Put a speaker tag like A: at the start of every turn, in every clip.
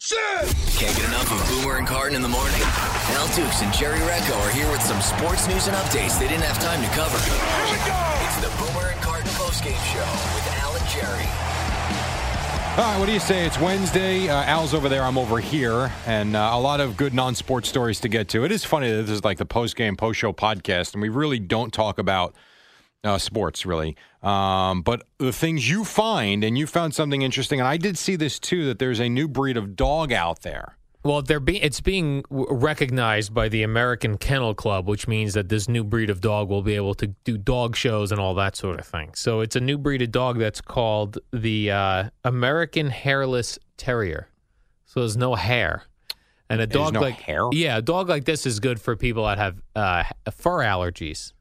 A: Shit. Can't get enough of Boomer and Carton in the morning. Al Dukes and Jerry Recco are here with some sports news and updates they didn't have time to cover. Here we go. It's the Boomer and Carton postgame show with Al and Jerry.
B: All right, what do you say? It's Wednesday. Uh, Al's over there. I'm over here, and uh, a lot of good non-sports stories to get to. It is funny that this is like the post-game, post-show podcast, and we really don't talk about uh, sports really um, but the things you find and you found something interesting and i did see this too that there's a new breed of dog out there
C: well they're be- it's being recognized by the american kennel club which means that this new breed of dog will be able to do dog shows and all that sort of thing so it's a new breed of dog that's called the uh, american hairless terrier so there's no hair and a dog
B: no
C: like
B: hair?
C: yeah a dog like this is good for people that have uh, fur allergies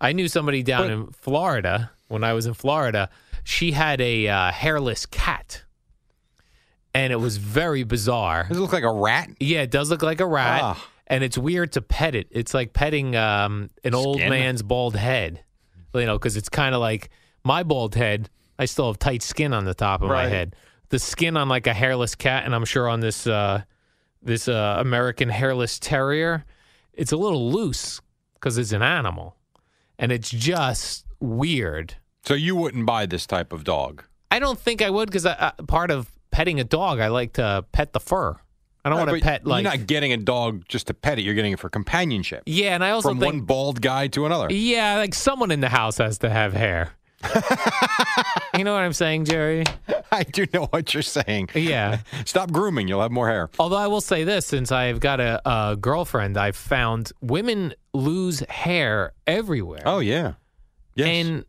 C: I knew somebody down but, in Florida when I was in Florida. She had a uh, hairless cat, and it was very bizarre.
B: Does it look like a rat?
C: Yeah, it does look like a rat, ah. and it's weird to pet it. It's like petting um, an Skin. old man's bald head, you know, because it's kind of like my bald head. I still have tight skin on the top of right. my head. The skin on like a hairless cat, and I'm sure on this uh, this uh, American hairless terrier, it's a little loose because it's an animal and it's just weird.
B: So you wouldn't buy this type of dog?
C: I don't think I would because part of petting a dog, I like to pet the fur. I don't right, want to pet like
B: Uh, you're not getting a dog just to pet it. You're getting it for companionship.
C: Yeah, and I also
B: from
C: think,
B: one bald guy to another.
C: Yeah, like someone in the house has to have hair. you know what I'm saying, Jerry?
B: I do know what you're saying.
C: Yeah.
B: Stop grooming. You'll have more hair.
C: Although I will say this since I've got a, a girlfriend, I've found women lose hair everywhere.
B: Oh, yeah. Yes.
C: And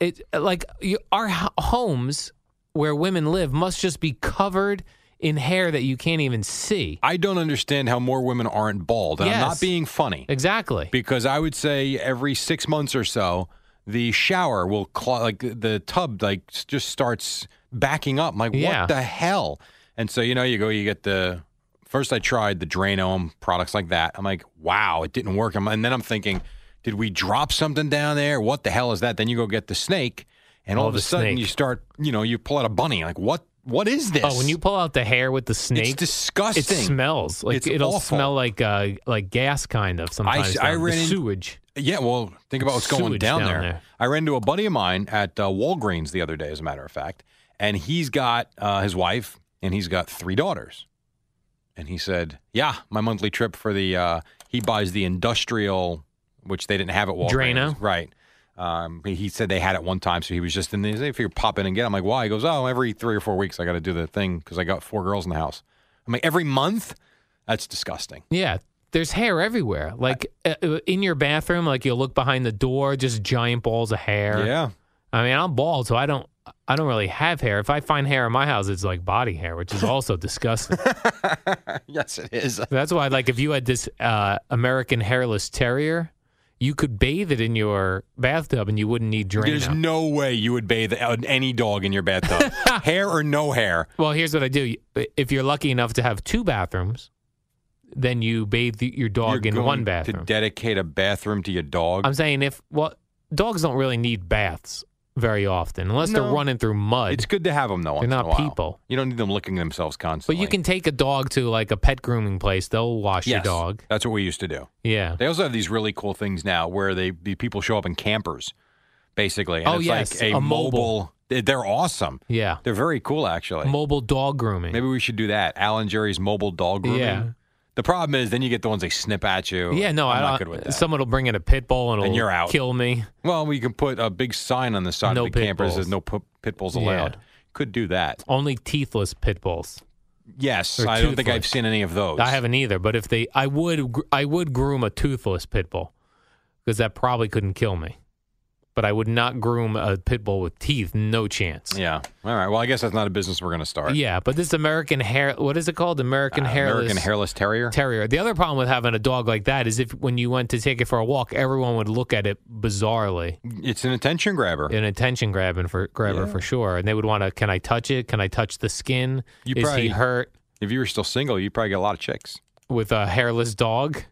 C: it, like, you, our homes where women live must just be covered in hair that you can't even see.
B: I don't understand how more women aren't bald. And
C: yes.
B: I'm not being funny.
C: Exactly.
B: Because I would say every six months or so, the shower will cl- like the tub like just starts backing up. I'm like,
C: Yeah.
B: what the hell? And so you know, you go, you get the first. I tried the Drainome products like that. I'm like, wow, it didn't work. I'm- And then I'm thinking, did we drop something down there? What the hell is that? Then you go get the snake, and all
C: Oh,
B: of a
C: the
B: sudden
C: snake.
B: you start, you know, you pull out a bunny. Like what? What is this?
C: Oh, when you pull out the hair with the snake,
B: it's disgusting.
C: It smells like
B: It's
C: it'll
B: awful.
C: smell like uh, like gas, kind of sometimes.
B: I
C: now, the
B: ran in-
C: sewage.
B: Yeah, well, think about what's going
C: Sewage
B: down,
C: down
B: there.
C: there.
B: I ran into a buddy of mine at uh, Walgreens the other day, as a matter of fact, and he's got uh, his wife and he's got three daughters. And he said, "Yeah, my monthly trip for the uh, he buys the industrial, which they didn't have at Walgreens,
C: Drano?
B: right?" Um, he- he said they had it one time, so he was just in the. If you pop in and get, it." I'm like, why? He goes, oh, every three or four weeks I got to do the thing because I got four girls in the house. I'm like, every month? That's disgusting.
C: Yeah, there's hair everywhere. Like uh, in your bathroom, like you'll look behind the door, just giant balls of hair.
B: Yeah,
C: I mean, I'm bald, so I don't. I don't really have hair. If I find hair in my house, it's like body hair, which is also disgusting.
B: yes, it is.
C: That's why, like, if you had this uh, American hairless terrier, you could bathe it in your bathtub and you wouldn't need
B: There's
C: Drano.
B: no way you would bathe uh, any dog in your bathtub, hair or no hair.
C: Well, here's what I do. If you're lucky enough to have two bathrooms, then you bathe the- your dog
B: You're
C: in
B: going
C: one
B: To
C: bathroom.
B: dedicate a bathroom to your dog.
C: I'm saying if well, dogs don't really need baths very often unless they're
B: No.
C: running through mud.
B: it's good to have them though. Once
C: not
B: in a while.
C: people.
B: You don't need them licking themselves
C: but
B: constantly.
C: you can take a dog to like a pet grooming place. They'll wash
B: Yes,
C: your dog.
B: That's what we used to do.
C: Yeah.
B: They also have these really cool things now where they the people show up in campers, basically. And
C: Oh,
B: it's
C: yes,
B: like a,
C: a mobile.
B: They- They're awesome.
C: Yeah.
B: They're very cool, actually.
C: Mobile dog grooming.
B: Maybe we should do that. Alan Jerry's mobile dog grooming.
C: Yeah.
B: The problem is, then you get the ones they snip at you.
C: yeah, no,
B: I'm
C: I
B: not
C: don't.
B: good with that.
C: Someone will bring in a pit bull and it'll
B: And you're out.
C: kill me.
B: well, we can put a big sign on the side
C: No
B: of the
C: pit
B: camper that says
C: bulls.
B: no p- pit bulls
C: Yeah.
B: allowed. Could do that.
C: Only teethless pit bulls.
B: Yes,
C: Or
B: I don't think
C: toothless.
B: I've seen any of those.
C: I haven't either, but if they, I would, gr- I would groom a toothless pit bull because that probably couldn't kill me. But I would not groom a pit bull with teeth. No chance.
B: Yeah. All right. Well, I guess that's not a business we're going to start.
C: Yeah, but this American hair, what is it called? American
B: Uh,
C: hairless
B: American hairless terrier.
C: terrier. The other problem with having a dog like that is if when you went to take it for a walk, everyone would look at it bizarrely,
B: it's an attention grabber.
C: an attention grabbing for grabber for sure, and they would want to. Can I touch it? Can I touch the skin?
B: You
C: is
B: probably-
C: he hurt
B: If you were still single, you probably get a lot of chicks.
C: with a hairless dog?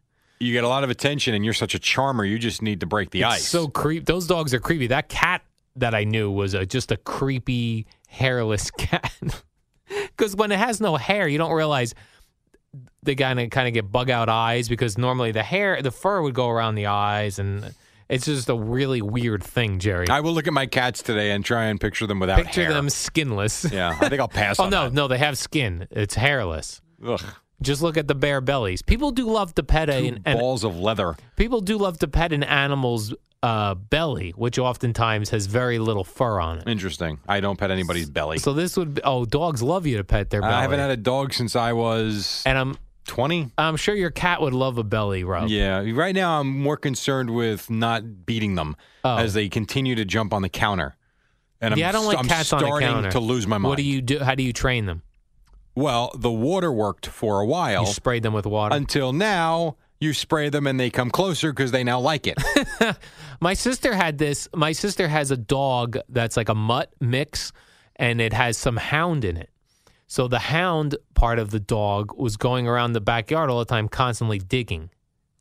B: You get a lot of attention, and you're such a charmer. You just need to break the
C: It's
B: ice.
C: So creep. Those dogs are creepy. That cat that I knew was a, just a creepy hairless cat. Because when it has no hair, you don't realize they kind of kind of get bug out eyes because normally the hair, the fur would go around the eyes, and it's just a really weird thing, Jerry.
B: I will look at my cats today and try and picture them without
C: Picture
B: hair.
C: them skinless.
B: Yeah, I think I'll pass.
C: oh
B: on
C: no, no, they have skin. It's hairless.
B: that. Ugh,
C: Just look at the bare bellies. People do love to pet
B: two
C: an, an
B: balls of leather.
C: people do love to pet an animal's uh, belly, which oftentimes has very little fur on it.
B: Interesting. I don't pet anybody's belly.
C: So this would be, oh, dogs love you to pet their belly.
B: I haven't had a dog since I was
C: and I'm
B: twenty.
C: I'm sure your cat would love a belly rub.
B: Yeah. Right now, I'm more concerned with not beating them
C: Oh.
B: as they continue to jump on the counter. And I'm,
C: yeah, I don't like
B: am
C: cats on
B: starting
C: the counter.
B: to lose my mind.
C: What do you do? How do you train them?
B: Well, the water worked for a
C: You
B: while
C: spray them with water.
B: until now. You spray them and they come closer because they now like it.
C: My sister had this. My sister has a dog that's like a mutt mix, and it has some hound in it. So the hound part of the dog was going around the backyard all the time, constantly digging,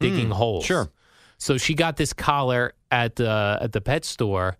C: digging holes.
B: Hmm, sure.
C: So she got this collar at the at the pet store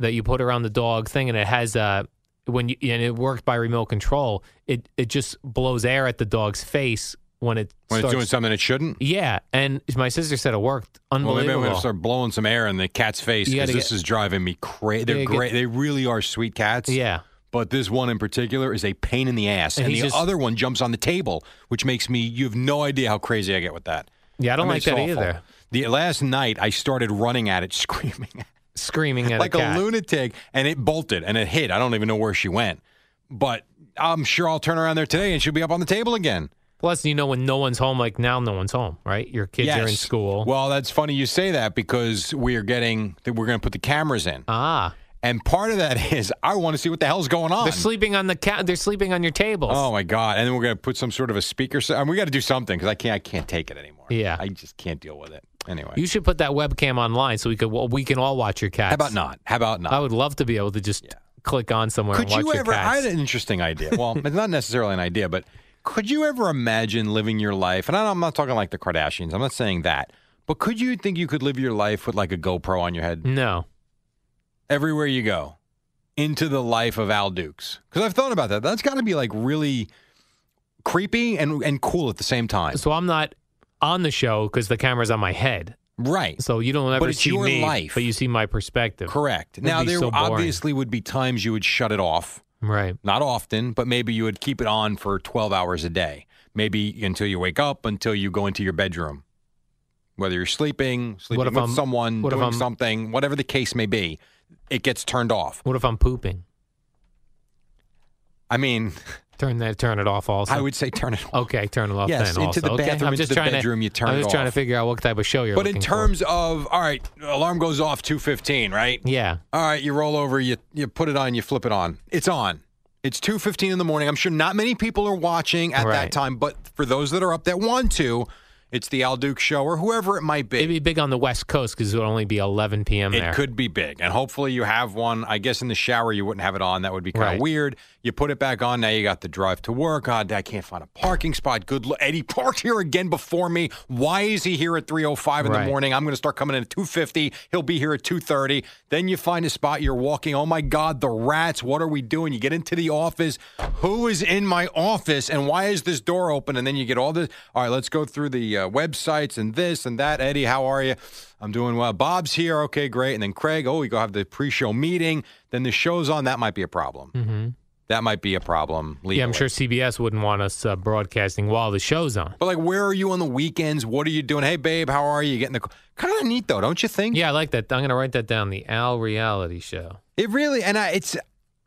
C: that you put around the dog thing, and it has uh when you and it worked by remote control. It it just blows air at the dog's face when it
B: when it's
C: starts-
B: doing something it shouldn't.
C: Yeah, and my sister said it worked.
B: Well,
C: Unbelievable.
B: maybe I'm going to start blowing some air in the cat's face
C: You
B: because
C: gotta
B: this
C: get-
B: is driving me crazy. They're
C: Yeah, get-
B: great. They really are sweet cats.
C: yeah.
B: But this one in particular is a pain in the ass.
C: And
B: And,
C: he
B: the
C: just-
B: other one jumps on the table, which makes me, you have no idea how crazy I get with that.
C: Yeah, I don't
B: mean,
C: like
B: it's
C: that
B: awful.
C: either.
B: The last night I started running at it, screaming
C: Screaming at
B: like
C: a
B: a,
C: cat.
B: lunatic, and it bolted and it hit. I don't even know where she went, but I'm sure I'll turn around there today and she'll be up on the table again.
C: Plus, you know, when no one's home, like now no one's home, right? Your kids are in
B: Yes.
C: school.
B: Well, that's funny you say that because we are getting that we're going to put the cameras in,
C: ah,
B: and part of that is I want to see what the hell's going on.
C: they're sleeping on the cat. They're sleeping on your tables.
B: Oh my god! And then we're gonna put some sort of a speaker. So, we got to do something because I can't. I can't take it anymore.
C: Yeah.
B: I just can't deal with it. Anyway,
C: you should put that webcam online so we could well, we can all watch your cats.
B: how about not? How about not?
C: I would love to be able to just click on somewhere
B: could
C: and watch
B: you
C: your
B: ever? I
C: cats.
B: had an interesting idea. Well, it's not necessarily an idea, but could you ever imagine living your life? And I don't- I'm not talking like the Kardashians. I'm not saying that. But could you think you could live your life with like a GoPro on your head
C: no,
B: everywhere you go, into the life of Al Dukes? Because I've thought about that. That's got to be like really creepy and and cool at the same time.
C: so I'm not on the show because the camera's on my head.
B: Right.
C: So you don't ever
B: it's
C: see
B: your
C: me,
B: life.
C: but you see my perspective.
B: Correct.
C: It'd
B: Now,
C: be
B: there
C: so boring.
B: obviously would be times you would shut it off.
C: Right.
B: Not often, but maybe you would keep it on for 12 hours a day. Maybe until you wake up, until you go into your bedroom. Whether you're sleeping, sleeping
C: if
B: with
C: I'm-
B: someone,
C: what if
B: doing
C: I'm-
B: something, whatever the case may be, it gets turned off.
C: What if I'm pooping?
B: I mean,
C: Turn that. Turn it off. Also,
B: I would say turn it off.
C: Okay, turn it off
B: Yes,
C: then.
B: into
C: also.
B: the
C: Okay,
B: bathroom,
C: I'm
B: into
C: just
B: the
C: trying
B: bedroom,
C: to,
B: you turn
C: I'm
B: it
C: just trying to
B: off.
C: figure out what type of show you're.
B: But in
C: looking for.
B: terms of, all right, alarm goes off 2.15, right?
C: yeah,
B: All right, you roll over, you you put it on, you flip it on. It's on. It's 2:15 in the morning. I'm sure not many people are watching at that
C: Right.
B: time, but for those that are up that want to, it's the Al Duke show or whoever it might be.
C: it'd be big on the West Coast because it would only be 11 p.m.
B: it
C: there.
B: could be big. And hopefully you have one. I guess in the shower you wouldn't have it on. That would be kind
C: Right.
B: of weird. You put it back on. Now you got the drive to work. God, I can't find a parking spot. Good lo- Eddie parked here again before me. Why is he here at 3:05 in the
C: Right.
B: morning? I'm going to start coming in at 2:50. He'll be here at 2:30. Then you find a spot you're walking. Oh my god, the rats. What are we doing? You get into the office. Who is in my office and why is this door open? And then you get all this All right, let's go through the the uh, websites and this and that. Eddie, how are you? I'm doing well. Bob's here. Okay, great. And then Craig, oh, we go have the pre show meeting. Then the show's on. That might be a problem.
C: Mhm.
B: That might be a problem. Legally.
C: Yeah, I'm sure CBS wouldn't want us uh, broadcasting while the show's on.
B: But like, where are you on the weekends? What are you doing? Hey, babe, how are you? You Getting the kind of neat though, don't you think?
C: Yeah, I like that. I'm going to write that down. The Al Reality Show.
B: It really and I, it's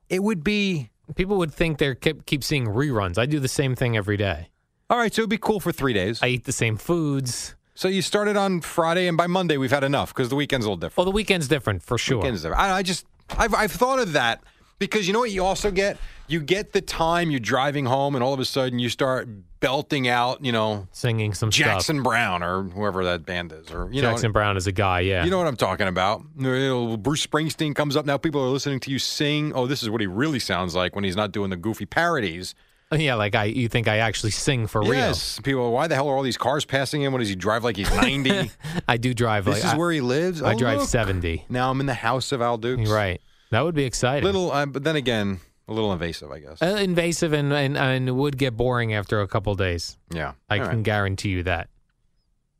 B: it would be
C: People would think they're keep, keep seeing reruns. I do the same thing every day.
B: all right. So it'd be cool for three days.
C: I eat the same foods.
B: so you started on Friday, and by Monday we've had enough because the weekend's a little different.
C: Well, the weekend's different for sure.
B: Weekends are- I, I just I've I've thought of that because you know what you also get you get the time you're driving home, and all of a sudden you start belting out you know
C: Singing some
B: Jackson
C: stuff.
B: Brown or whoever that band is, or you know
C: Jackson Brown is a guy, yeah.
B: You know what I'm talking about. Little Bruce Springsteen comes up now. People are listening to you sing. Oh, this is what he really sounds like when he's not doing the goofy parodies.
C: yeah, like I, you think I actually sing for
B: Yes, people. Why the hell are all these cars passing him? What does he drive like he's 90? this
C: real. I do drive like
B: is
C: I,
B: where he lives.
C: I
B: Oh,
C: drive
B: look.
C: 70.
B: Now I'm in the house of Al Dukes.
C: You're right. That would be exciting.
B: Little, uh, but then again, a little invasive, I guess.
C: Uh, invasive and, and and it would get boring after a couple days.
B: yeah.
C: I
B: All
C: can
B: right.
C: guarantee you that.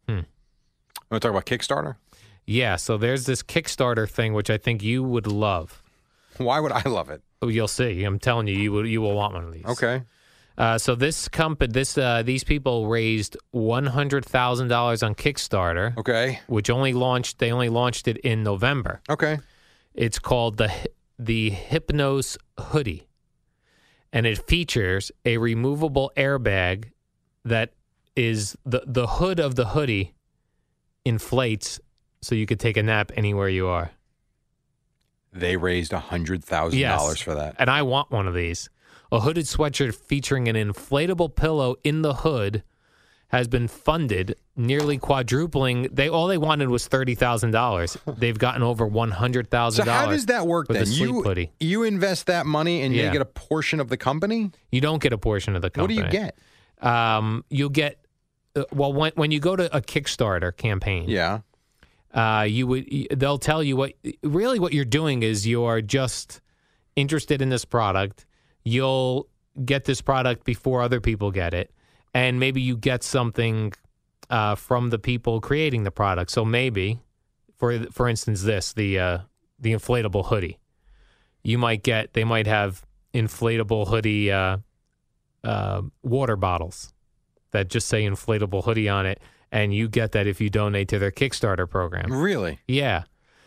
B: Want to talk about Kickstarter?
C: Yeah, so there's this Kickstarter thing which I think you would love.
B: Why would I love it?
C: Oh, You'll see. I'm telling you, you will you will want one of these.
B: Okay.
C: Uh, so this company, this uh, these people raised one hundred thousand dollars on Kickstarter,
B: Okay.
C: which only launched. They only launched it in November.
B: Okay.
C: It's called the Hy- the Hypnos Hoodie, and it features a removable airbag that is the the hood of the hoodie inflates, so you could take a nap anywhere you are.
B: They raised hundred thousand dollars for that.
C: And I want one of these. A hooded sweatshirt featuring an inflatable pillow in the hood has been funded, nearly quadrupling. They all they wanted was thirty thousand dollars. They've gotten over one hundred
B: So
C: thousand dollars.
B: how does that work
C: with
B: then?
C: a sleep
B: you
C: hoodie?
B: you invest that money and you
C: Yeah.
B: get a portion of the company.
C: You don't get a portion of the
B: What do
C: company.
B: you get?
C: get? Um, you'll get. Uh, well, when when you go to a Kickstarter campaign,
B: Yeah.
C: uh, you would y- they'll tell you what really what you're doing is you're just interested in this product you'll get this product before other people get it and maybe you get something uh, from the people creating the product so maybe for for instance this the uh, the inflatable hoodie you might get they might have inflatable hoodie uh, uh, water bottles that just say inflatable hoodie on it and you get that if you donate to their kickstarter program
B: Really?
C: yeah.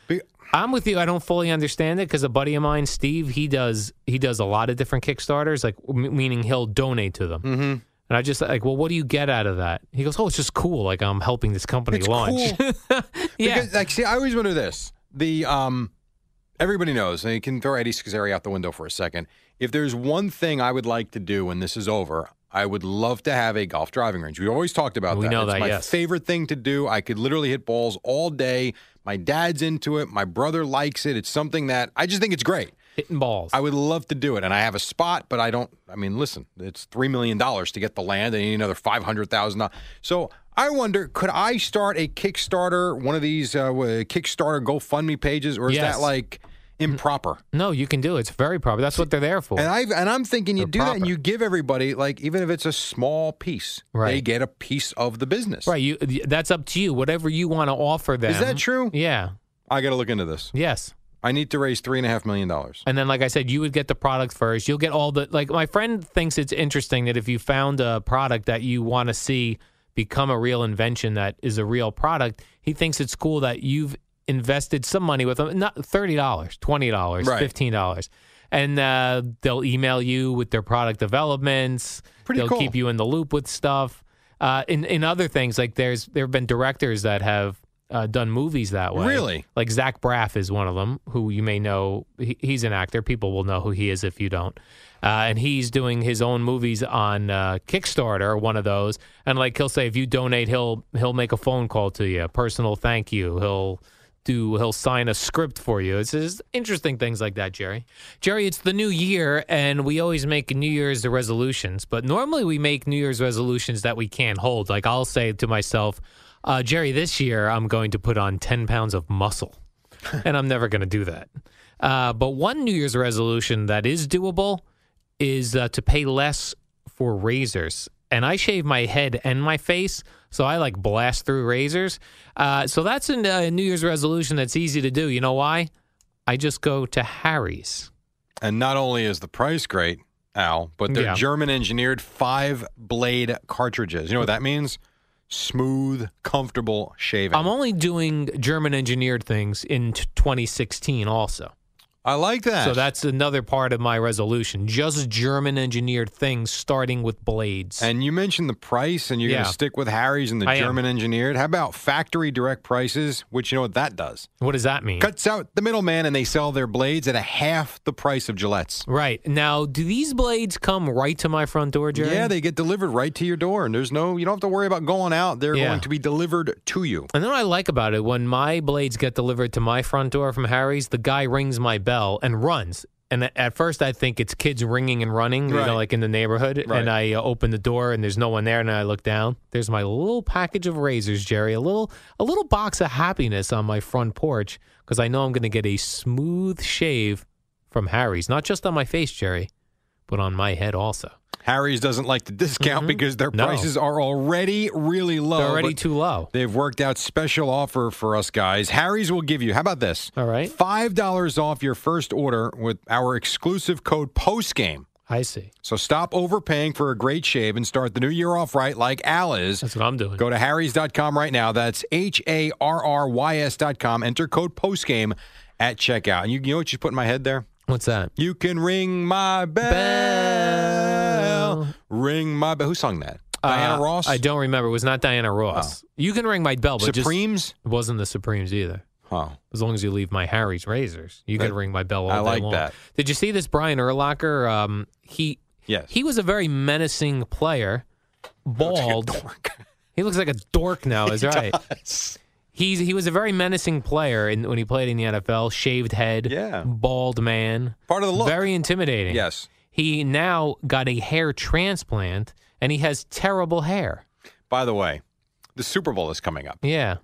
B: Be-
C: I'm with you. I don't fully understand it because a buddy of mine, Steve, he does he does a lot of different Kickstarters, like m- meaning he'll donate to them.
B: Mm-hmm.
C: And I just like, well, what do you get out of that? He goes, oh, it's just cool. Like I'm helping this company
B: It's
C: launch.
B: cool.
C: yeah,
B: Because, like, see, I always wonder this. The um, everybody knows, and you can throw Eddie Scazzeri out the window for a second. If there's one thing I would like to do when this is over, I would love to have a golf driving range. We always talked about
C: We
B: that.
C: know
B: it's
C: that,
B: my
C: yes.
B: favorite thing to do. I could literally hit balls all day. My dad's into it. My brother likes it. It's something that I just think it's great.
C: hitting balls.
B: I would love to do it, and I have a spot, but I don't. I mean, listen, it's three million dollars to get the land, and you need another five hundred thousand dollars. So I wonder, could I start a Kickstarter, one of these uh, wha- Kickstarter GoFundMe pages, or is
C: Yes.
B: that
C: Mm-hmm.
B: like improper?
C: no, you can do it. It's very proper. That's what they're there for.
B: And I and I'm thinking you
C: They're
B: do that, and
C: proper.
B: you give everybody like even if it's a small piece, they
C: Right.
B: get a piece of the business.
C: right. You. That's up to you. Whatever you want to offer them.
B: Is that true?
C: Yeah. Mm-hmm.
B: I got to look into this.
C: Yes.
B: I need to raise three and a half million dollars.
C: And then, like I said, you would get the product first. You'll get all the like. My friend thinks it's interesting that if you found a product that you want to see become a real invention that is a real product, he thinks it's cool that you've invested some money with them, not thirty dollars, twenty dollars,
B: Right.
C: fifteen dollars, and uh, they'll email you with their product developments.
B: Pretty
C: they'll
B: cool.
C: keep you in the loop with stuff. Uh, in in other things, like there's there have been directors that have uh, done movies that way.
B: Really?
C: Like Zach Braff is one of them, who you may know. He, he's an actor. People will know who he is if you don't. Uh, and he's doing his own movies on uh, Kickstarter, one of those. And like he'll say, if you donate, he'll he'll make a phone call to you, a personal thank you. He'll do he'll sign a script for you. It's just interesting things like that, Jerry. Jerry, it's the new year, and we always make New Year's resolutions, but normally we make New Year's resolutions that we can't hold. Like I'll say to myself. Uh, Jerry, this year I'm going to put on 10 pounds of muscle, and I'm never going to do that. Uh, but one New Year's resolution that is doable is uh, to pay less for razors. And I shave my head and my face, So I like blast through razors. Uh, so that's a uh, New Year's resolution that's easy to do. You know why? I just go to Harry's.
B: And not only is the price great, Al, but they're
C: Yeah.
B: German engineered five blade cartridges. You know what that means? Smooth, comfortable shaving.
C: I'm only doing German engineered things in t- 2016 also.
B: I like that.
C: So that's another part of my resolution. Just German engineered things starting with blades.
B: And you mentioned the price, and you're going
C: Yeah.
B: to stick with Harry's and the
C: I am.
B: German engineered. How about factory direct prices? Which you know what that does?
C: what does that mean?
B: Cuts out the middleman, and they sell their blades at a half the price of Gillette's.
C: Right. Now, do these blades come right to my front door, Jerry?
B: Yeah, they get delivered right to your door, and there's no you don't have to worry about going out. They're
C: Yeah.
B: going to be delivered to you.
C: And then what I like about it when my blades get delivered to my front door from Harry's, the guy rings my bell and runs. And a- at first, I think it's kids ringing and running, you
B: Right.
C: know, like in the neighborhood.
B: Right.
C: And I uh, open the door, and there's no one there. And I look down. There's my little package of razors, Jerry. A little, a little box of happiness on my front porch because I know I'm going to get a smooth shave from Harry's, not just on my face, Jerry, but on my head also.
B: Harry's doesn't like the discount because their
C: Mm-hmm. No.
B: prices are already really low.
C: They're already
B: Oh, but
C: too low.
B: They've worked out special offer for us guys. Harry's will give you. How about this?
C: All right.
B: Five dollars off your first order with our exclusive code postgame.
C: I see.
B: So stop overpaying for a great shave and start the new year off right like Al is.
C: That's what I'm doing.
B: Go to harrys.com right now. That's H A R R Y S.com. Enter code postgame at checkout. And you, you know what you put in my head there?
C: What's that?
B: You can ring my bell.
C: Bell.
B: Ring my bell. Who sung that? Diana
C: Uh,
B: Ross? Oh.
C: I don't remember. It was not Diana Ross. You can ring my bell, but just-
B: Supremes?
C: it wasn't the Supremes either.
B: Oh.
C: As long as you leave my Harry's razors, you can
B: That-
C: ring my bell. All
B: I
C: day
B: like
C: long.
B: that.
C: Did you see this Brian Urlacher? Um, he
B: Yes.
C: he was a very menacing player. Bald. he looks like a dork now. Is right. He's he was a very menacing player in, when he played in the NFL. Shaved head.
B: Yeah.
C: Bald man.
B: Part of the look.
C: Very intimidating.
B: Yes.
C: He now got a hair transplant, and he has terrible hair.
B: By the way, the Super Bowl is coming up.
C: Yeah.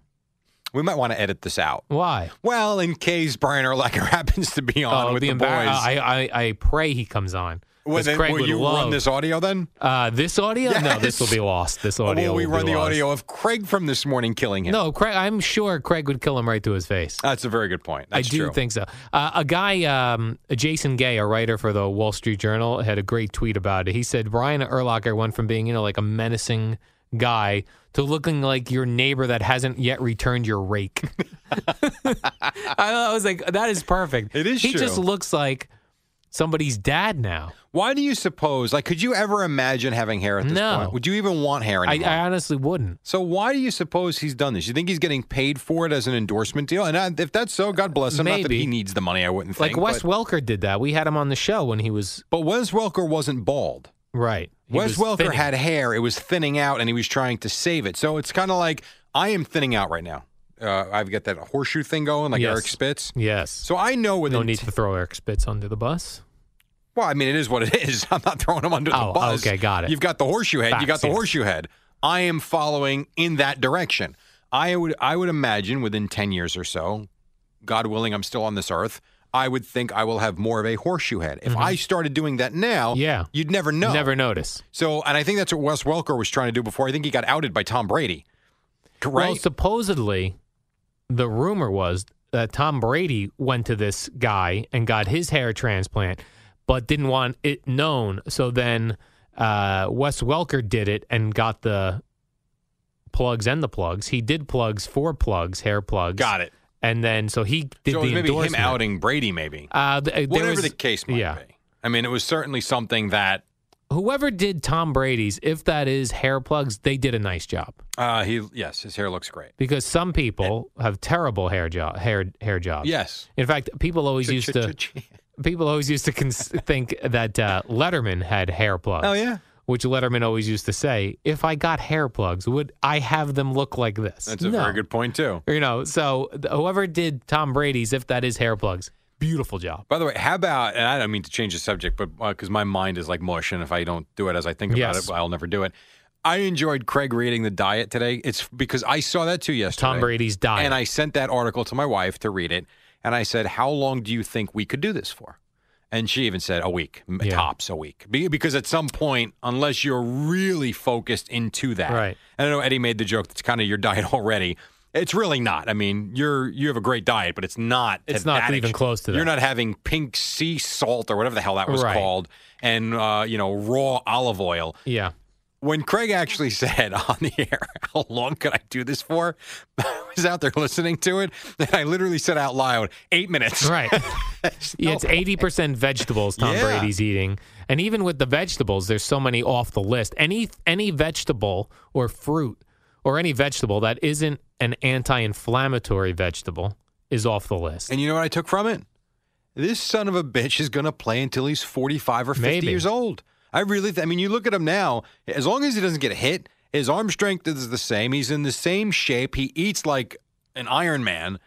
B: We might want to edit this out.
C: Why?
B: Well, in case Brian Urlacher happens to be on
C: it'd
B: with
C: be
B: the boys.
C: Oh, embar- uh, I, I I pray he comes on.
B: Well,
C: 'Cause
B: then,
C: Craig
B: will
C: would
B: you
C: love,
B: run this audio then?
C: Uh, this audio? No, this will
B: Yes.
C: be lost. This
B: Or
C: audio.
B: will we
C: will
B: run
C: be
B: the
C: lost.
B: audio of Craig from this morning killing him?
C: No, Craig. I'm sure Craig would kill him right to his face.
B: That's a very good point.
C: I
B: That's
C: do
B: true.
C: think so. Uh, a guy, um, Jason Gay, a writer for the Wall Street Journal, had a great tweet about it. He said Brian Urlacher went from being, you know, like a menacing guy to looking like your neighbor that hasn't yet returned your rake. I, I was like, that is perfect.
B: It is
C: He just
B: true.
C: looks like somebody's dad now.
B: Why do you suppose, like, could you ever imagine having hair at this
C: No.
B: point? Would you even want hair
C: I,
B: anymore?
C: I honestly wouldn't.
B: so why do you suppose he's done this? You think he's getting paid for it as an endorsement deal? And I, if that's so, God bless him. Not that
C: Maybe.
B: he needs the money, I wouldn't
C: Like
B: think.
C: Wes
B: but,
C: Welker did that. We had him on the show when he was
B: but Wes Welker wasn't bald.
C: right. He
B: Wes
C: was
B: Welker
C: thinning.
B: had hair. It was thinning out, and he was trying to save it. So it's kind of like I am thinning out right now. Uh, I've got that horseshoe thing going, like
C: Yes.
B: Eric Spitz.
C: yes.
B: So I know with
C: no
B: int-
C: need to throw Eric Spitz under the bus.
B: Well, I mean, it is what it is. I'm not throwing him under the
C: Oh,
B: bus.
C: okay, got it.
B: You've got the horseshoe head. you got
C: Facts,
B: the
C: yes.
B: horseshoe head. I am following in that direction. I would, I would imagine within ten years or so, God willing, I'm still on this earth. I would think I will have more of a horseshoe head. If I started doing that now,
C: Mm-hmm. Yeah.
B: you'd never know.
C: Never notice.
B: So, and I think that's what Wes Welker was trying to do before. I think he got outed by Tom Brady.
C: Well,
B: Correct.
C: supposedly, the rumor was that Tom Brady went to this guy and got his hair transplant, but didn't want it known. So then uh, Wes Welker did it and got the plugs and the plugs. He did plugs, four plugs, hair plugs.
B: got it.
C: And then so he
B: So
C: did
B: it
C: the
B: was maybe him
C: endorsement.
B: outing Brady, maybe
C: Uh, th- there
B: whatever
C: was-
B: the case might
C: yeah.
B: be. I mean, it was certainly something that
C: Whoever did Tom Brady's, if that is hair plugs, they did a nice job
B: uh, he. Yes, his hair looks great.
C: because some people have terrible hair job hair hair jobs.
B: Eh. Yes.
C: In fact, people always used to people always used to cons- think that uh, Letterman had hair plugs.
B: Oh, yeah.
C: Which Letterman always used to say, "If I got hair plugs, would I have them look like this?"
B: That's a
C: No.
B: very good point too.
C: You know, so th- whoever did Tom Brady's, if that is hair plugs, beautiful job.
B: By the way, how about? And I don't mean to change the subject, but because my mind is like mush, and if I don't do it as I think
C: Yes.
B: about it, I'll never do it. I enjoyed Craig reading the diet today. It's because I saw that too yesterday.
C: Tom Brady's diet.
B: And I sent that article to my wife to read it. And I said, How long do you think we could do this for? And she even said a week, m-
C: Yeah.
B: tops a week. Be- Because at some point, unless you're really focused into that,
C: Right.
B: and I know Eddie made the joke that's kind of your diet already. It's really not. I mean, you're you have a great diet, but it's not.
C: It's
B: to
C: not
B: that
C: even
B: ex-
C: close to
B: You're
C: that.
B: not having pink sea salt or whatever the hell that was
C: Right.
B: called, and uh, you know raw olive oil
C: Yeah.
B: when Craig actually said on the air, How long could I do this for? I was out there listening to it, and I literally said out loud, Eight minutes.
C: Right. yeah, it's eighty percent vegetables Tom
B: Yeah.
C: Brady's eating, and even with the vegetables, there's so many off the list. Any any vegetable or fruit or any vegetable that isn't an anti-inflammatory vegetable is off the list.
B: And you know what I took from it? This son of a bitch is going to play until he's 45 or 50
C: Maybe.
B: years old. I really, th- I mean, you look at him now, as long as he doesn't get hit, his arm strength is the same. He's in the same shape. He eats like an Iron Man.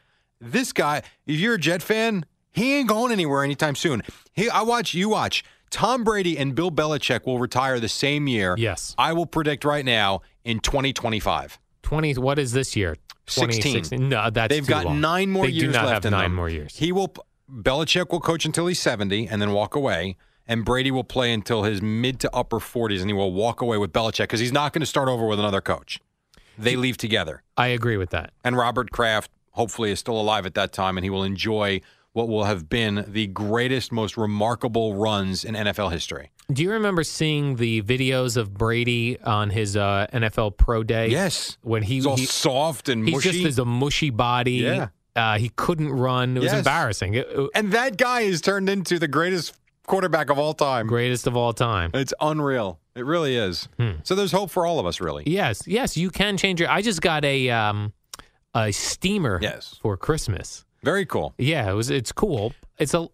B: This guy, if you're a Jet fan, he ain't going anywhere anytime soon. He, I watch, you watch. Tom Brady and Bill Belichick will retire the same year.
C: Yes.
B: I will predict right now in 2025.
C: Twenty. What is this year?
B: 16.
C: 2016. No, that's
B: They've
C: too
B: got
C: long.
B: nine more
C: They
B: years
C: do not
B: left
C: have
B: in
C: nine
B: them.
C: more years.
B: He will. Belichick will coach until he's seventy and then walk away, and Brady will play until his mid to upper forties, and he will walk away with Belichick because he's not going to start over with another coach. They leave together,
C: I agree with that.
B: and Robert Kraft hopefully is still alive at that time, and he will enjoy what will have been the greatest, most remarkable runs in NFL history.
C: Do you remember seeing the videos of Brady on his uh, NFL Pro Day?
B: Yes,
C: when he
B: he's all
C: he-
B: soft and
C: he's
B: mushy.
C: just is a mushy body.
B: Yeah.
C: Uh, he couldn't run. It was
B: Yes.
C: embarrassing. It- it-
B: and that guy is turned into the greatest quarterback of all time.
C: greatest of all time.
B: It's unreal. It really is.
C: Hmm.
B: So there's hope for all of us, really.
C: Yes, yes, you can change your. I just got a um, a steamer.
B: Yes.
C: for Christmas.
B: Very cool.
C: Yeah, it was. It's cool. It's a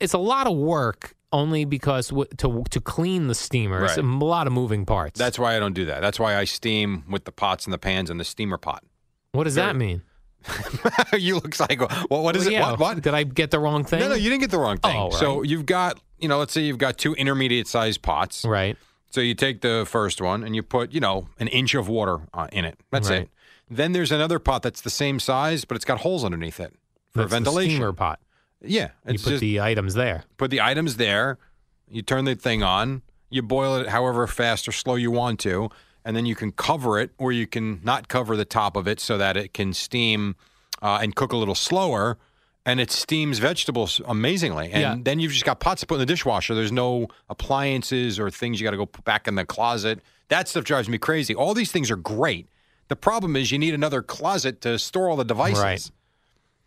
C: it's a lot of work only because w- to to clean the steamer. It's a
B: Right.
C: lot of moving parts.
B: That's why I don't do that. That's why I steam with the pots and the pans and the steamer pot.
C: what does that mean?
B: you look psycho. Well, what is
C: Well, yeah,
B: it? What? What?
C: Did I get the wrong thing?
B: No, no, you didn't get the wrong thing.
C: Oh, all
B: So you've got, you know, let's say you've got two intermediate sized pots.
C: Right.
B: So you take the first one and you put, you know, an inch of water uh, in it. That's
C: Right.
B: it. Then there's another pot that's the same size, but it's got holes underneath it for
C: That's
B: ventilation.
C: The steamer pot.
B: Yeah,
C: You
B: it's
C: put
B: just-
C: the items there.
B: put the items there. You turn the thing on. You boil it however fast or slow you want to, and then you can cover it, or you can not cover the top of it so that it can steam uh, and cook a little slower. And it steams vegetables amazingly. And
C: Yeah.
B: then you've just got pots to put in the dishwasher. There's no appliances or things you got to go put back in the closet. That stuff drives me crazy. All these things are great. The problem is you need another closet to store all the devices.
C: Right.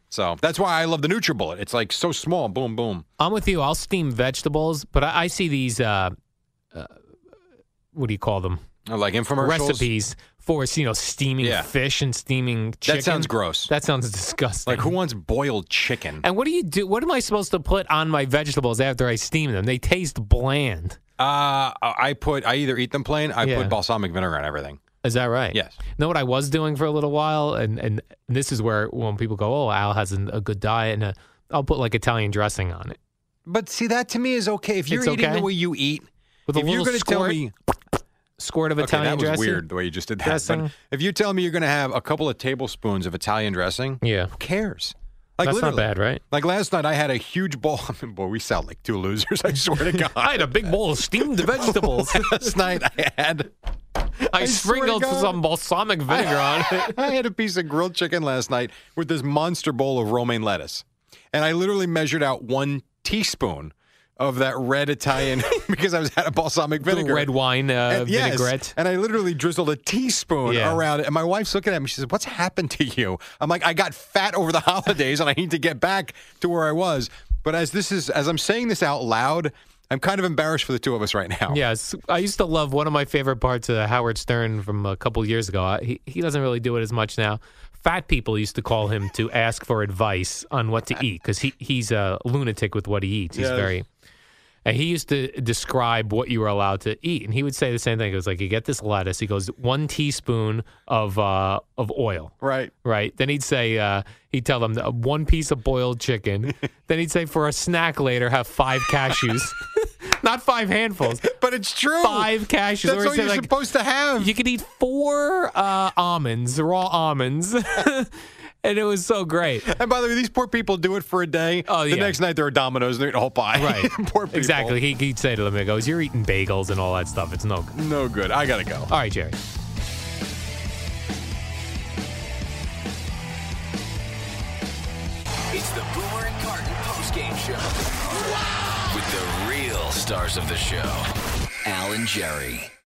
B: So that's why I love the NutriBullet. It's like so small. Boom, boom.
C: I'm with you. I'll steam vegetables, but I, I see these. Uh, uh, what do you call them?
B: Oh, like infomercials.
C: recipes for you know steaming
B: Yeah.
C: fish and steaming chicken.
B: sounds gross.
C: That sounds disgusting.
B: Like who wants boiled chicken?
C: And what do you do? What am I supposed to put on my vegetables after I steam them? They taste bland.
B: Uh, I put. I either eat them plain. I
C: Yeah.
B: put balsamic vinegar on everything.
C: Is that right?
B: Yes.
C: You know what I was doing for a little while, and and this is where when people go, oh, Al has an, a good diet, and i I'll put like Italian dressing on it
B: But see, that to me is okay. If you're
C: It's
B: eating
C: okay?
B: the way you eat,
C: with
B: if
C: a
B: you're
C: little
B: going to tell
C: squirt,
B: me,
C: squirt of
B: okay,
C: Italian
B: that was
C: dressing.
B: weird the way you just did that.
C: Dressing.
B: But if you tell me you're going to have a couple of tablespoons of Italian dressing,
C: Yeah,
B: who cares? Like
C: that's not
B: literally.
C: bad, right?
B: Like last night, I had a huge bowl. I mean, boy, we sound like two losers. I swear to God.
C: I had a big bowl of steamed vegetables.
B: last night, I had
C: I,
B: I swear to
C: sprinkled
B: God.
C: some balsamic vinegar on it.
B: I had a piece of grilled chicken last night with this monster bowl of romaine lettuce. And I literally measured out one teaspoon of that red Italian because I was out of balsamic vinegar.
C: The red wine uh,
B: And- yes,
C: vinaigrette.
B: And I literally drizzled a teaspoon
C: Yeah.
B: around it. And my wife's looking at me. She says, What's happened to you? I'm like, I got fat over the holidays and I need to get back to where I was. But as this is, as I'm saying this out loud, I'm kind of embarrassed for the two of us right now.
C: Yes, I used to love one of my favorite parts of Howard Stern from a couple years ago. I- He, he doesn't really do it as much now. Fat people used to call him to ask for advice on what to eat because he, he's a lunatic with what he eats. He's
B: Yes.
C: very. And he used to describe what you were allowed to eat, and he would say the same thing. It was like you get this lettuce. He goes one teaspoon of uh, of oil.
B: Right.
C: Right. Then he'd say, uh, he'd tell them uh, one piece of boiled chicken. then he'd say, for a snack later, have five cashews. Not five handfuls,
B: But it's true.
C: five cashews.
B: Oh, That's
C: Or he'd
B: all
C: say,
B: you're
C: like,
B: supposed to have.
C: You could eat four uh, almonds, raw almonds. and it was so great.
B: And by the way, these poor people do it for a day.
C: Oh,
B: The
C: yeah.
B: next night, they're at Domino's and they're eating a whole pie.
C: Right.
B: poor people.
C: Exactly. He, he'd say to them, he goes, You're eating bagels and all that stuff. It's no good.
B: No good. I got to go.
C: All right, Jerry.
A: It's the Boomer and Carton postgame show with the real stars of the show, Al and Jerry.